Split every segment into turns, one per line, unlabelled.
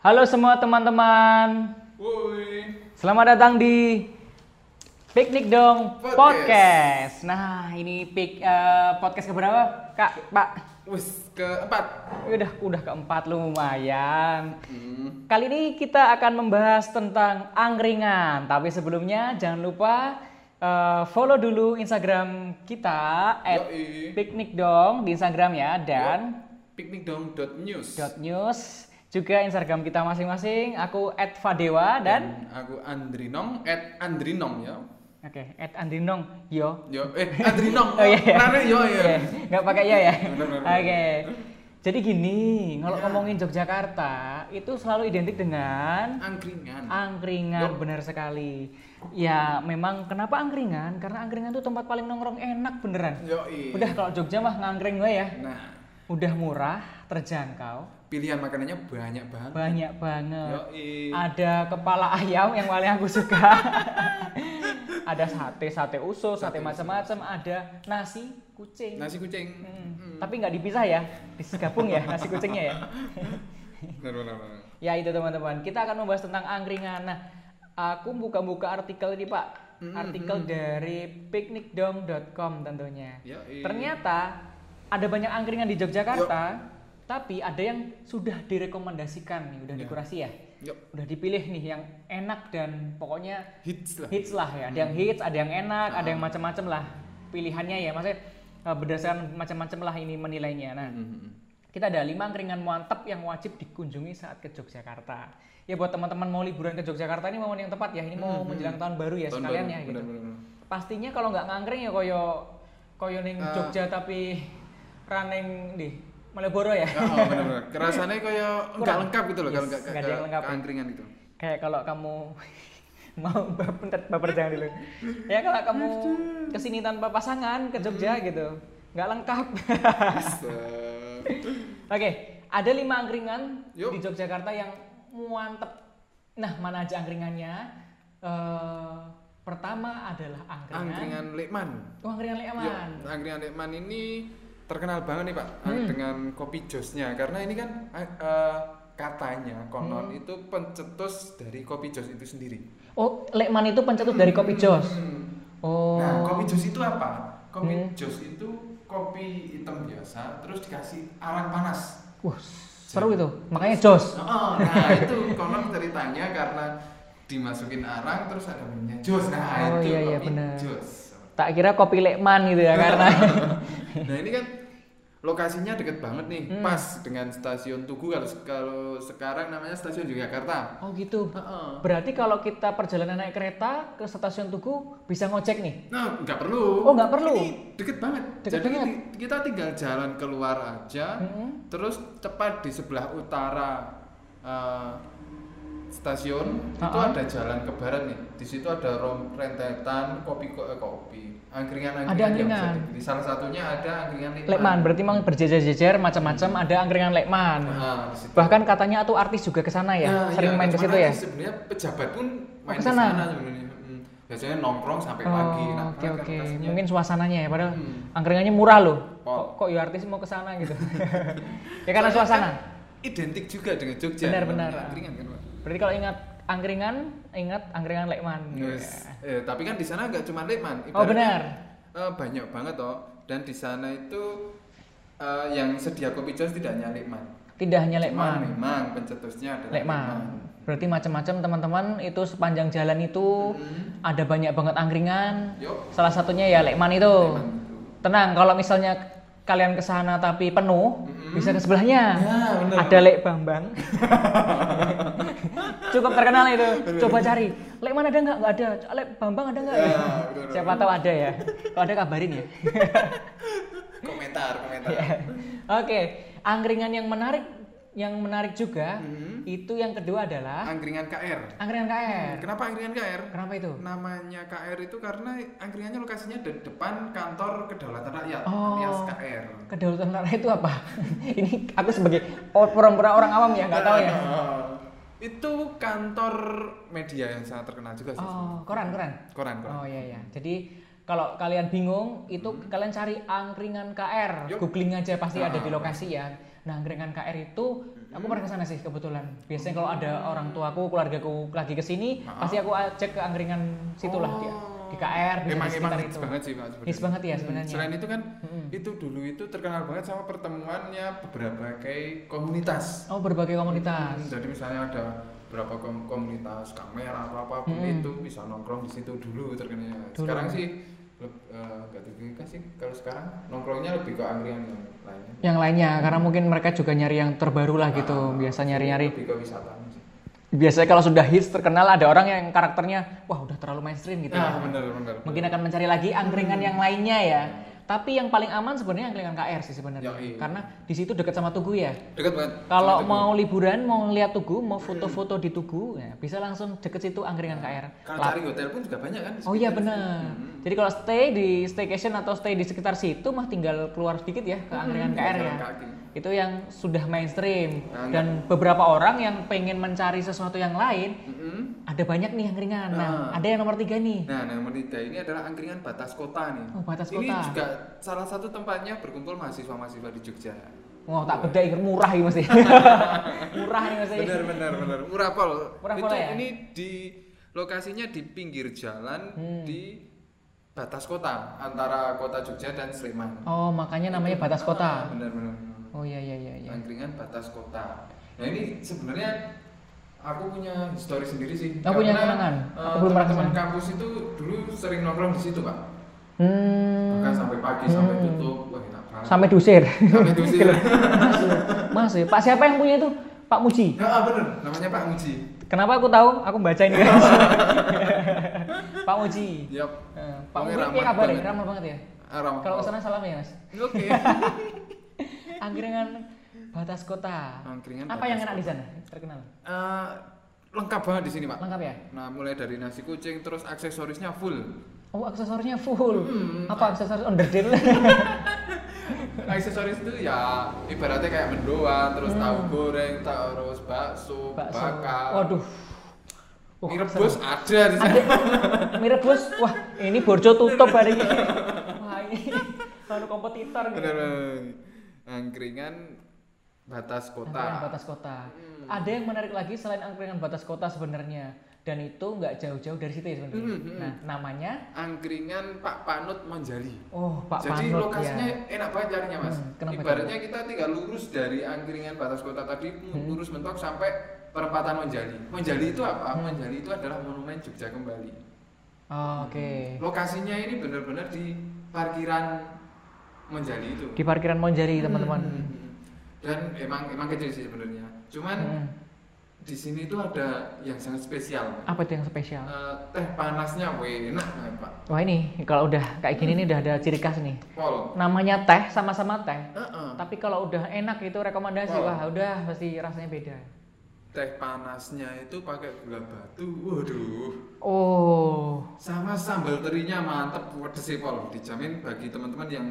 Halo semua teman-teman.
Woi.
Selamat datang di Piknik dong
Podcast.
podcast. Nah, ini pik eh, podcast keberapa? Kak, Pak.
Wis keempat.
Udah udah keempat lumayan.
Hmm.
Kali ini kita akan membahas tentang angkringan. Tapi sebelumnya jangan lupa eh, follow dulu Instagram kita at
Yoi.
piknik dong di Instagram ya dan
Piknik dong dot news.
dot .news juga Instagram kita masing-masing. Aku @fadewa dan
Dan aku Andrinong at Andrinong ya.
Oke, at Andinong, yo.
Yo eh Andrinong.
Oh, iya, iya.
Rane, yo yo.
Oke, nggak pakai ya ya.
Bener, bener, bener.
Oke. Jadi gini, kalau ngomongin Yogyakarta itu selalu identik dengan
Angkringan.
Ah. angkringan, benar sekali. Ya, memang kenapa angkringan? Karena angkringan itu tempat paling nongkrong enak beneran.
Yo
Udah kalau Jogja mah ngangkring gue ya.
Nah,
Udah murah, terjangkau,
pilihan makanannya banyak banget.
banyak Ah. banget.
Yo
ada kepala ayam yang paling aku suka ada sate sate usus sate, macam-macam ada nasi kucing
Nasi kucing.
Hmm. tapi nggak dipisah ya digabung ya nasi kucingnya ya
Benar benar. benar.
ya itu teman-teman kita akan membahas tentang angkringan nah aku buka-buka artikel ini pak
Hmm, Iya.
artikel dari piknikdom.com tentunya
Yo
ternyata ada banyak angkringan di
Iya.
Yogyakarta tapi ada yang sudah direkomendasikan nih udah
Ya.
dikurasi ya
Yo
udah dipilih nih yang enak dan pokoknya
hits lah.
hits lah ya. Ada yang
Hmm.
hits, ada yang enak, ada
Ah.
yang macam-macam lah pilihannya ya. Maksudnya eh, berdasarkan macam-macam lah ini menilainya. Nah,
Hmm.
kita ada lima angkringan mantep yang wajib dikunjungi saat ke Yogyakarta. Ya buat teman-teman mau liburan ke Yogyakarta ini momen yang tepat ya. Ini mau menjelang tahun baru ya
Mm-hmm. Tahun
sekalian
baru,
ya gitu.
benar, benar, benar.
Pastinya kalau nggak ngangkring ya koyo koyo ning
Eh.
Jogja tapi raneng di Malioboro ya.
Ya, oh, benar benar. Kerasannya kayak enggak lengkap gitu loh, kalau
Yes,
enggak
nggak ada yang lengkap. ya.
Angkringan gitu.
kayak kalau kamu mau baper, ntar baper jangan dulu ya kalau kamu kesini tanpa pasangan ke Jogja gitu nggak lengkap
Set.
oke ada lima angkringan
Yuk.
di Yogyakarta yang mantep nah mana aja angkringannya Eh, pertama adalah angkringan
Angkringan Lekman.
oh angkringan Leman
Yo, Angkringan Lekman ini terkenal banget nih Pak
Hmm.
ang- dengan kopi josnya karena ini kan a- eh, katanya konon
Hmm.
itu pencetus dari kopi jos itu sendiri.
oh Lekman itu pencetus dari kopi jos oh Hmm.
Nah, kopi jos itu apa? Kopi jos itu kopi hitam biasa terus dikasih arang panas.
wah seru itu makanya jos
Oh, nah itu konon ceritanya karena dimasukin arang terus ada minyak jos. Nah,
Oh,
itu
iya, iya,
kopi
benar.
jos.
tak kira kopi Lekman gitu ya karena
nah ini kan lokasinya deket banget nih
Hmm.
pas dengan stasiun Tugu kalau kalau sekarang namanya stasiun Yogyakarta
oh gitu
Heeh.
Berarti kalau kita perjalanan naik kereta ke stasiun Tugu bisa ngojek nih.
nah nggak perlu
Oh, nggak perlu.
ini deket banget
Deket
jadi
banget. Hmm.
ti- kita tinggal jalan keluar aja
Mm-mm.
terus tepat di sebelah utara eh, stasiun itu
Ha-ha.
ada jalan ke barat nih di situ ada rom rentetan kopi ko- eh, kopi angkringan
Ada
angkringan yang bisa
angkringan.
dipilih. salah satunya ada angkringan
Lekman berarti memang berjejer-jejer macam-macam ada angkringan Lekman.
Nah, di situ.
Bahkan katanya tuh artis juga ke sana ya,
Nah,
sering
iya,
main ke situ
kemana
ya. Oh,
aja Sebenarnya pejabat pun main
ke
ke
sana?
sana sebenarnya. Mm. Biasanya nongkrong sampai pagi.
Oh,
Nah,
oke
karena
oke.
kan rasanya-
Mungkin suasananya ya padahal
Hmm.
angkringannya murah loh. Kok
Pol.
kok ya artis mau ke sana gitu. ya karena
Soalnya
suasana.
kan identik juga dengan Jogja.
Benar,
Memang
benar. Iya.
angkringan kan, Pak?
Berarti kalau ingat angkringan, ingat angkringan Lekman.
Yes. Eh, tapi kan di sana nggak cuma Lekman.
Oh,
Ibaratnya,
benar.
eh, banyak banget toh. Dan di sana itu eh, yang sedia kopi jos tidak hanya Lekman.
Tidak hanya
Cuman
Lekman.
memang pencetusnya adalah
Lekman. Berarti macam-macam teman-teman itu sepanjang jalan itu
Hmm.
ada banyak banget angkringan.
Yo.
Salah satunya ya Lekman itu.
Lekman itu.
Tenang, kalau misalnya kalian ke sana tapi penuh, bisa ke sebelahnya.
Hmm. Ya, bener.
Nah, Ada Lek Bambang. Cukup terkenal itu. Coba cari. Lek mana ada nggak? Nggak ada. Lek Bambang ada nggak?
Ya, bener,
Siapa tahu ada ya. Kalau ada kabarin ya.
Komentar, komentar.
Ya. Oke, angkringan yang menarik yang menarik juga
Mhm.
itu yang kedua adalah
Angkringan KR.
angkringan KR.
Kenapa angkringan KR?
Kenapa itu?
Namanya KR itu karena angkringannya lokasinya di depan kantor kedaulatan rakyat
Oh.
alias KR.
Kedaulatan rakyat itu apa? Ini aku sebagai or- pura-pura orang awam ya, nggak tahu ya.
Nah, Itu kantor media yang sangat terkenal juga sih.
Oh, koran koran.
Koran, koran.
Oh iya iya. Jadi Kalau kalian bingung, itu
Hmm.
kalian cari angkringan KR,
Yup.
googling aja pasti ada di
Ah. Hmm.
lokasi ya. Nah, angkringan KR itu aku pernah ke sana sih kebetulan. Biasanya kalau ada orang tuaku, keluargaku lagi ke sini,
Ah. Oh.
pasti aku ajak ke angkringan situlah dia. Di KR bisa di
emang emang
sekitar
hits
itu.
banget sih pak sebenarnya.
Hits banget ya
Hmm,
sebenarnya.
selain itu kan
Mm-mm.
itu dulu itu terkenal banget sama pertemuannya beberapa kayak komunitas
Oh, berbagai komunitas.
Hmm, jadi misalnya ada berapa kom- komunitas kamera atau apapun
Hmm.
itu bisa nongkrong di situ dulu terkenalnya
Dulu.
sekarang sih leb- eh, nggak uh, sih kalau sekarang nongkrongnya lebih ke angkringan yang lainnya
Yang lainnya karena mungkin mereka juga nyari yang terbaru lah gitu.
Ah,
Biasa nyari-nyari
lebih ke wisata sih.
biasanya kalau sudah hits terkenal ada orang yang karakternya wah udah terlalu mainstream gitu
ah
ya.
bener bener
Mungkin akan mencari lagi angkringan yang lainnya ya. Tapi yang paling aman sebenarnya angkringan KR sih sebenarnya.
Yoi.
Karena di situ dekat sama Tugu ya.
dekat banget
Kalau
Sama Tugu.
mau liburan, mau lihat Tugu, mau foto-foto di Tugu, ya, bisa langsung deket situ angkringan KR.
kalau
Lah-
cari hotel pun juga banyak kan di
Oh iya
sekitar situ. Hmm.
benar. Jadi kalau stay di staycation atau stay di sekitar situ mah tinggal keluar sedikit ya ke angkringan KR ya.
jalan kaki.
Itu yang sudah mainstream
Nah,
dan beberapa orang yang pengen mencari sesuatu yang lain
Mm-mm.
ada banyak nih angkringan. Nah,
Ah.
ada yang nomor tiga nih.
Nah, yang nomor tiga ini adalah angkringan batas kota nih.
Oh, batas
ini
kota.
juga salah satu tempatnya berkumpul mahasiswa-mahasiswa di Jogja.
Wah, tak beda ini murah ini mesti. murah ini mesti.
Benar, benar, benar. Murah pol.
Murah
Itu
Pol ya?
ini di lokasinya di pinggir jalan
Hmm.
di batas kota antara kota Jogja dan Sleman.
Oh, makanya namanya batas kota.
Benar, benar.
Oh iya iya iya iya.
Angkringan batas kota. Nah, ini sebenarnya aku punya histori sendiri sih.
Oh, punya
Karena,
kenangan.
eh,
Aku belum pernah ke
teman-teman
sana.
kampus itu dulu sering nongkrong di situ, Pak.
Hmm.
Bahkan sampai pagi sampai
Hmm.
tutup. Wah, enak banget.
Sampai Gitu diusir.
Sampai diusir.
Masuk. Masuk. Pak siapa yang punya itu? Pak Muji.
Ya ah, bener, namanya Pak Muji.
Kenapa aku tahu? Aku baca ini guys. Pak Uji.
Yap.
Eh, Pak
Pokoknya
Uji
ramah
apa kabar ya?
banget.
Ramah banget ya.
Aram.
Kalau kesana salam ya mas.
Oke.
Angkringan batas kota.
Angkringan
apa
batas
yang enak di sana? Terkenal.
Eh, lengkap banget di sini Pak.
Lengkap ya?
Nah, mulai dari nasi kucing terus aksesorisnya full.
Oh aksesornya full.
Hmm.
Apa aksesoris onderdil?
Aksesoris itu ya ibaratnya kayak mendoan, terus tahu goreng, terus bakso,
Hmm. Bakso.
bakar.
Waduh. Wah,
Mie rebus ada di sana.
Ada mie rebus. Wah, ini borjo tutup hari ini. Wah, ini baru kompetitor gitu.
Bener, bener. Angkringan batas kota. Hmm.
Angkringan batas kota. Ada yang menarik lagi selain angkringan batas kota sebenarnya. Dan itu nggak jauh-jauh dari situ ya sebenarnya.
Hmm, hmm.
Nah, namanya
Angkringan Pak Panut Manjali.
Oh, Pak
Jadi
Panut
lokasinya
ya.
enak banget carinya mas.
Hmm, kenapa
Ibaratnya kita tinggal lurus dari angkringan batas kota tadi,
Hmm.
lurus mentok sampai perempatan Monjali. Monjali itu apa?
Hmm.
Monjali itu adalah monumen Jogja kembali.
Oh, Oke.
Lokasinya ini benar-benar di parkiran Monjali itu.
Di parkiran Monjari, teman-teman.
Hmm. Dan emang emang kecil sih sebenarnya. Cuman
Hmm.
di sini tuh ada yang sangat spesial.
Apa itu yang spesial?
Eh, teh panasnya weh, enak banget pak.
Wah, ini kalau udah kayak gini nih udah ada ciri khas nih.
Pol.
Namanya teh sama-sama teh.
Heeh.
Tapi kalau udah enak itu rekomendasi,
Wow.
wah udah pasti rasanya beda.
Teh panasnya itu pakai gula batu. Waduh.
Oh,
sama sambal terinya mantep pedes sih Pol dijamin bagi teman-teman yang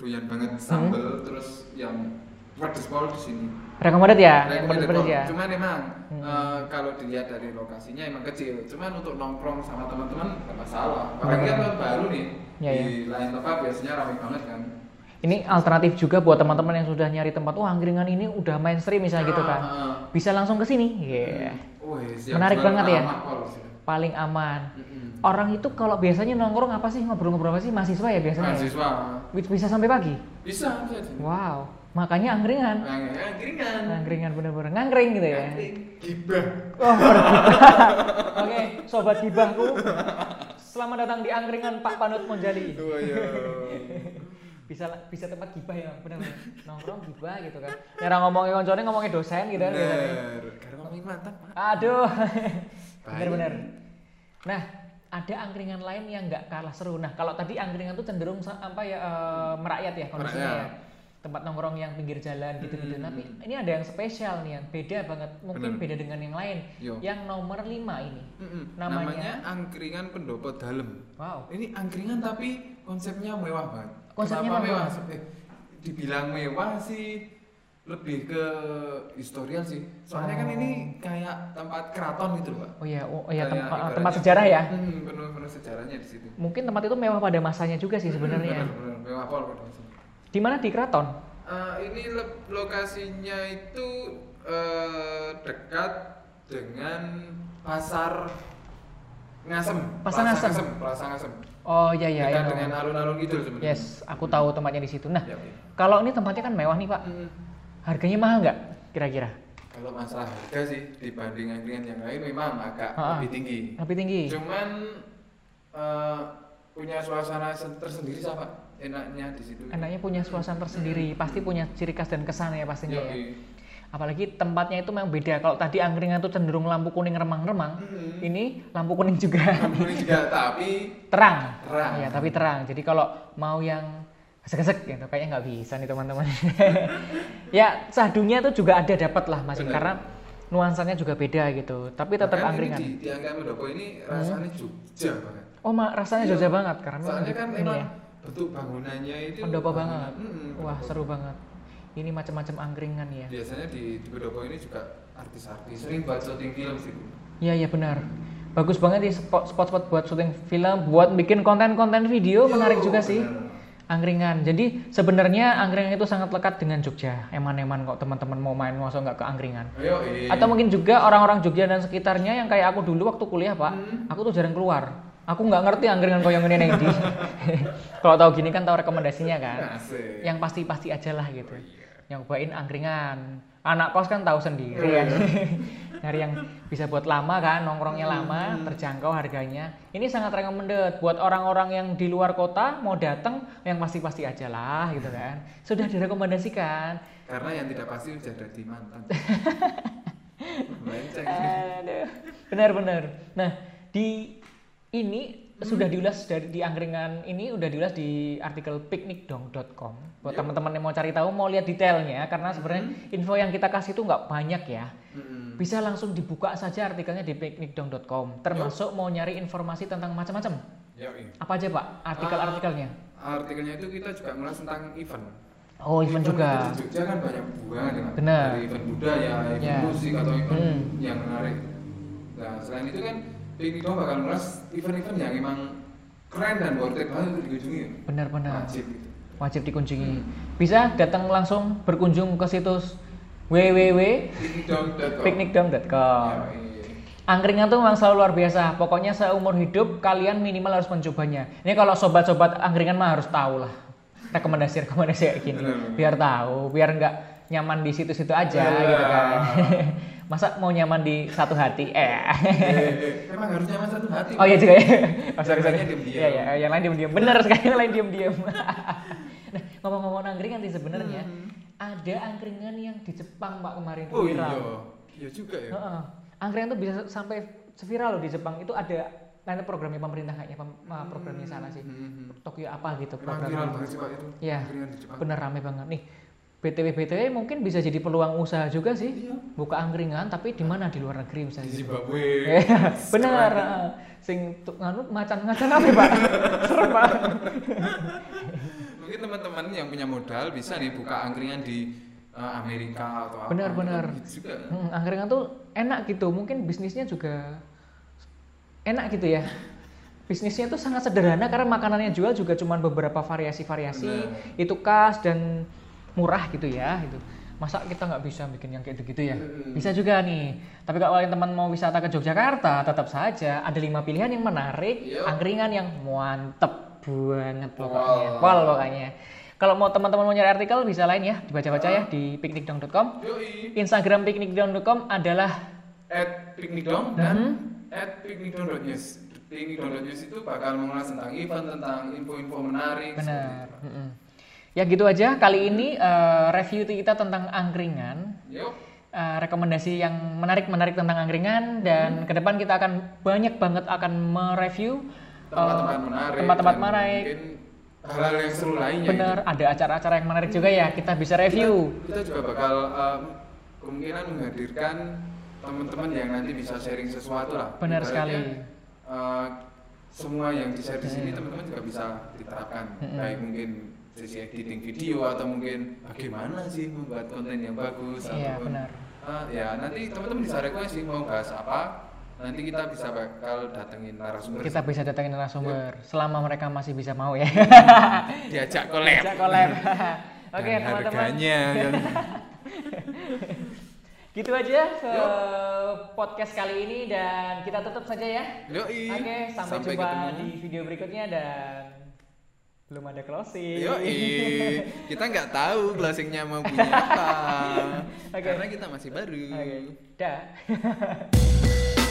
doyan banget
Hmm.
sambal terus yang pedes Pol di sini
recommended ya? Yang
Recommended,
pedes-pedes
Pol.
ya?
cuman emang
Hmm.
eh, kalau dilihat dari lokasinya emang kecil cuman untuk nongkrong sama teman-teman nggak masalah
Hmm.
apalagi kan tahun baru nih
Ya,
di lain tempat biasanya ramai banget kan
Ini alternatif juga buat teman-teman yang sudah nyari tempat, wah angkringan ini udah mainstream misalnya gitu kan.
Ah,
Bisa langsung ke sini.
ah.
Iya.
Wih, siap,
Menarik
jualan
banget ya?
anak, Pol, di sini.
Paling aman.
Mm-mm.
Orang itu kalau biasanya nongkrong apa sih? Ngobrol-ngobrol apa sih? Mahasiswa ya Iya. biasanya. ya?
mahasiswa
Wih, Bisa sampai pagi.
bisa bisa di sini.
Wow. Makanya angkringan.
Nah, angkringan
Angkringan bener-bener ngangkring gitu ya.
Angkring. gibah
Oh, bergibah. Oke, sobat gibahku. Selamat datang di angkringan Pak Panut Monjali.
Tuh, Gitu, ayo.
Bisa bisa tempat gibah ya, bener bener. Nongkrong gibah gitu kan. Nyara ngomongin koncone ngomongin dosen gitu kan. biasanya.
Bener. Karena ngomongin mantan, Pak.
Aduh.
Bahaya.
Bener-bener. Nah, ada angkringan lain yang nggak kalah seru. Nah, kalau tadi angkringan tuh cenderung sa- apa ya eh, merakyat ya kondisinya ya.
Merakyat.
Tempat nongkrong yang pinggir jalan gitu-gitu.
Hmm.
Tapi ini ada yang spesial nih, yang beda banget. Mungkin
Bener.
beda dengan yang lain.
Yo.
Yang nomor 5 ini.
Mm-mm.
Namanya?
Namanya? angkringan pendopo dalem.
Wow.
Ini angkringan tapi konsepnya mewah banget.
Konsepnya
Kenapa
mewah?
mewah? Eh, dibilang mewah sih lebih ke historial sih. Soalnya kan ini kayak tempat keraton gitu loh, Pak.
Oh iya, oh iya,
Kayak gitu.
tem- eh,
ibaratnya-
tempat sejarah ya.
Hmm, penuh-penuh sejarahnya di situ.
Mungkin tempat itu mewah pada masanya juga sih sebenarnya.
Benar-benar mewah pol kalau di sini.
Di mana di keraton?
Eh, ini le- lokasinya itu eh, dekat dengan pasar Ngasem.
Pasar
Plaza
Ngasem.
Plaza Ngasem.
Oh iya iya.
dekat
iya.
dengan alun-alun Kidul sebenarnya.
Yes, aku tahu tempatnya di situ. Nah,
Ya, ya.
kalau ini tempatnya kan mewah nih pak,
Hmm.
harganya mahal nggak kira-kira?
Kalau masalah harga sih dibanding angkringan yang lain memang agak
Ah, ah.
lebih tinggi.
Lebih tinggi.
Cuman eh, punya suasana sen- tersendiri sama enaknya di situ.
Enaknya punya suasana tersendiri, pasti punya ciri khas dan kesan ya pastinya ya.
Yoi.
Apalagi tempatnya itu memang beda. Kalau tadi angkringan itu cenderung lampu kuning remang-remang,
Hmm.
ini lampu kuning juga
Ini juga tapi
terang.
Terang.
Ya, tapi terang. Jadi kalau mau yang gesek-gesek gitu, kayaknya nggak bisa nih teman-teman. ya, sadunya itu juga ada dapat lah mas,
Benar.
karena nuansanya juga beda gitu. Tapi tetap
Makanya
angkringan. Iya.
Ini di, di Angkringan Pendopo ini rasanya Jogja banget.
Oh, mak rasanya
Iya.
Jogja banget karena memang
Soalnya kan
ini
memang
ya,
bentuk bangunannya itu
pendopo
bangunan-
banget.
Mm-mm,
Wah,
pendopo.
seru banget. Ini macam-macam angkringan ya.
Biasanya di, di Pendopo ini juga artis-artis sering buat syuting film sih.
Iya, iya benar. Bagus banget sih spot- spot-spot buat syuting film, buat bikin konten-konten video
Yo,
menarik juga sih.
bener.
Angkringan. Jadi sebenarnya angkringan itu sangat lekat dengan Jogja. Eman-eman kok teman-teman mau main masa nggak ke angkringan.
Ayo, eh.
Atau mungkin juga orang-orang Jogja dan sekitarnya yang kayak aku dulu waktu kuliah, Pak. Aku tuh jarang keluar. Aku nggak ngerti angkringan koyong ini neng di. Kalau tahu gini kan tahu rekomendasinya kan.
Asik.
Yang pasti-pasti aja lah gitu. Nyobain angkringan. Anak kos kan tahu sendiri ya. Nyari yang bisa buat lama kan, nongkrongnya lama, terjangkau harganya. Ini sangat recommended buat orang-orang yang di luar kota mau datang yang pasti-pasti aja lah gitu kan. Sudah direkomendasikan.
Karena yang tidak pasti sudah ada di mantan. Melenceng.
Aduh. Benar-benar. Nah, di ini sudah diulas dari di angkringan ini udah diulas di artikel piknikdong.com. Buat teman-teman yang mau cari tahu, mau lihat detailnya karena sebenarnya info yang kita kasih itu nggak banyak ya.
Mm-mm.
Bisa langsung dibuka saja artikelnya di piknikdong.com. Termasuk mau nyari informasi tentang macam-macam.
Yo, eh.
Apa aja, Pak? Artikel-artikelnya?
Artikelnya itu kita juga ngulas tentang event.
Oh, event juga.
itu Di Jogja kan banyak banget ya. Pak.
Benar.
Dari event budaya, event
Ya.
musik atau event
Hmm.
yang menarik. Nah, selain itu kan Pink Dong bakal ngulas event-event yang emang keren dan worth it banget untuk dikunjungi.
Benar-benar.
Wajib gitu.
Wajib dikunjungi. Bisa datang langsung berkunjung ke situs www
Piknikdong.com. Ya,
piknikdom.com
iya.
Angkringan tuh memang selalu luar biasa. Pokoknya seumur hidup kalian minimal harus mencobanya. Ini kalau sobat-sobat angkringan mah harus tahu lah. Rekomendasi-rekomendasi kayak gini.
Bener.
Biar tahu, biar nggak nyaman di situ-situ aja
Iya.
gitu kan. Masa mau nyaman di satu hati? Eh.
Eh, eh, Emang harus nyaman satu hati.
Oh iya juga ya. Oh, sorry,
Yang
sorry.
lainnya diem-diem.
Iya, iya, yang lain diam-diam. Bener sekali yang lain diam-diam. nah, ngomong-ngomong angkringan sih sebenarnya ada angkringan yang di Jepang Pak kemarin tuh
Hmm. Oh iya.
viral.
Iya juga ya.
Heeh. Angkringan tuh bisa sampai viral loh di Jepang. Itu ada nanti programnya pemerintah kayaknya pem- eh, programnya sana sih.
Hmm.
Tokyo apa gitu
Emang viral
programnya.
banget sih Pak itu.
Iya.
Angkringan di Jepang.
Bener rame banget nih. BTW BTW mungkin bisa jadi peluang usaha juga sih.
Iya.
Buka angkringan tapi di mana di luar negeri misalnya.
Di Zimbabwe.
Eh, bener
Keren.
eh, sing tuk nganu macan macan apa ya, pak serem pak
Mungkin teman-teman yang punya modal bisa nih buka angkringan di eh, Amerika atau apa.
Benar, benar.
Gitu juga.
hmm, angkringan tuh enak gitu mungkin bisnisnya juga enak gitu ya bisnisnya tuh sangat sederhana karena makanannya jual juga cuman beberapa variasi variasi
Benar.
itu khas dan murah gitu ya itu masa kita nggak bisa bikin yang kayak gitu ya
Mm-mm.
bisa juga nih tapi kalau kalian teman mau wisata ke Yogyakarta tetap saja ada lima pilihan yang menarik
Yuk.
angkringan yang mantep banget pokoknya
Wow.
Wal pokoknya kalau mau teman-teman mau nyari artikel bisa lain ya dibaca-baca ya
Ah.
di piknikdong.com
Yoi.
Instagram piknikdong.com adalah
At Picnic Dong dan
Mhm.
at Picnic Dong dot News. Picnic Dong dot News itu bakal mengulas tentang event, tentang info-info menarik.
benar mm-mm. ya gitu aja kali ini eh, review kita tentang angkringan
seperti itu. Yuk.
Eh, rekomendasi yang menarik-menarik tentang angkringan
Mm-hmm.
dan ke depan kita akan banyak banget akan mereview eh,
Tempat-tempat menarik.
tempat-tempat
dan
menarik
Mungkin hal-hal yang seru lainnya.
bener ada acara-acara yang menarik juga ya kita bisa review
Kita juga bakal um, kemungkinan menghadirkan teman-teman yang nanti bisa sharing sesuatu lah. eh,
Benar sekali.
uh, semua yang di share di sini teman-teman juga bisa diterapkan. Baik mungkin sisi editing video atau mungkin bagaimana sih membuat konten yang bagus
Iya,
ataupun-
benar.
Ah, ya nanti teman-teman bisa request sih mau bahas apa nanti kita bisa bakal datengin narasumber
Kita bisa datangin narasumber
Iya.
selama mereka masih bisa mau ya.
diajak collab
Bisa collab. Oke,
Iya. Dan
teman-teman.
harganya kan.
Gitu aja eh, podcast kali ini dan kita tutup saja ya.
Yoi.
Oke, sampai, jumpa
ketemu.
di video berikutnya dan belum ada closing.
Yoi. Kita nggak tahu closingnya mau punya apa.
Oke.
Karena kita masih baru.
Oke, dah.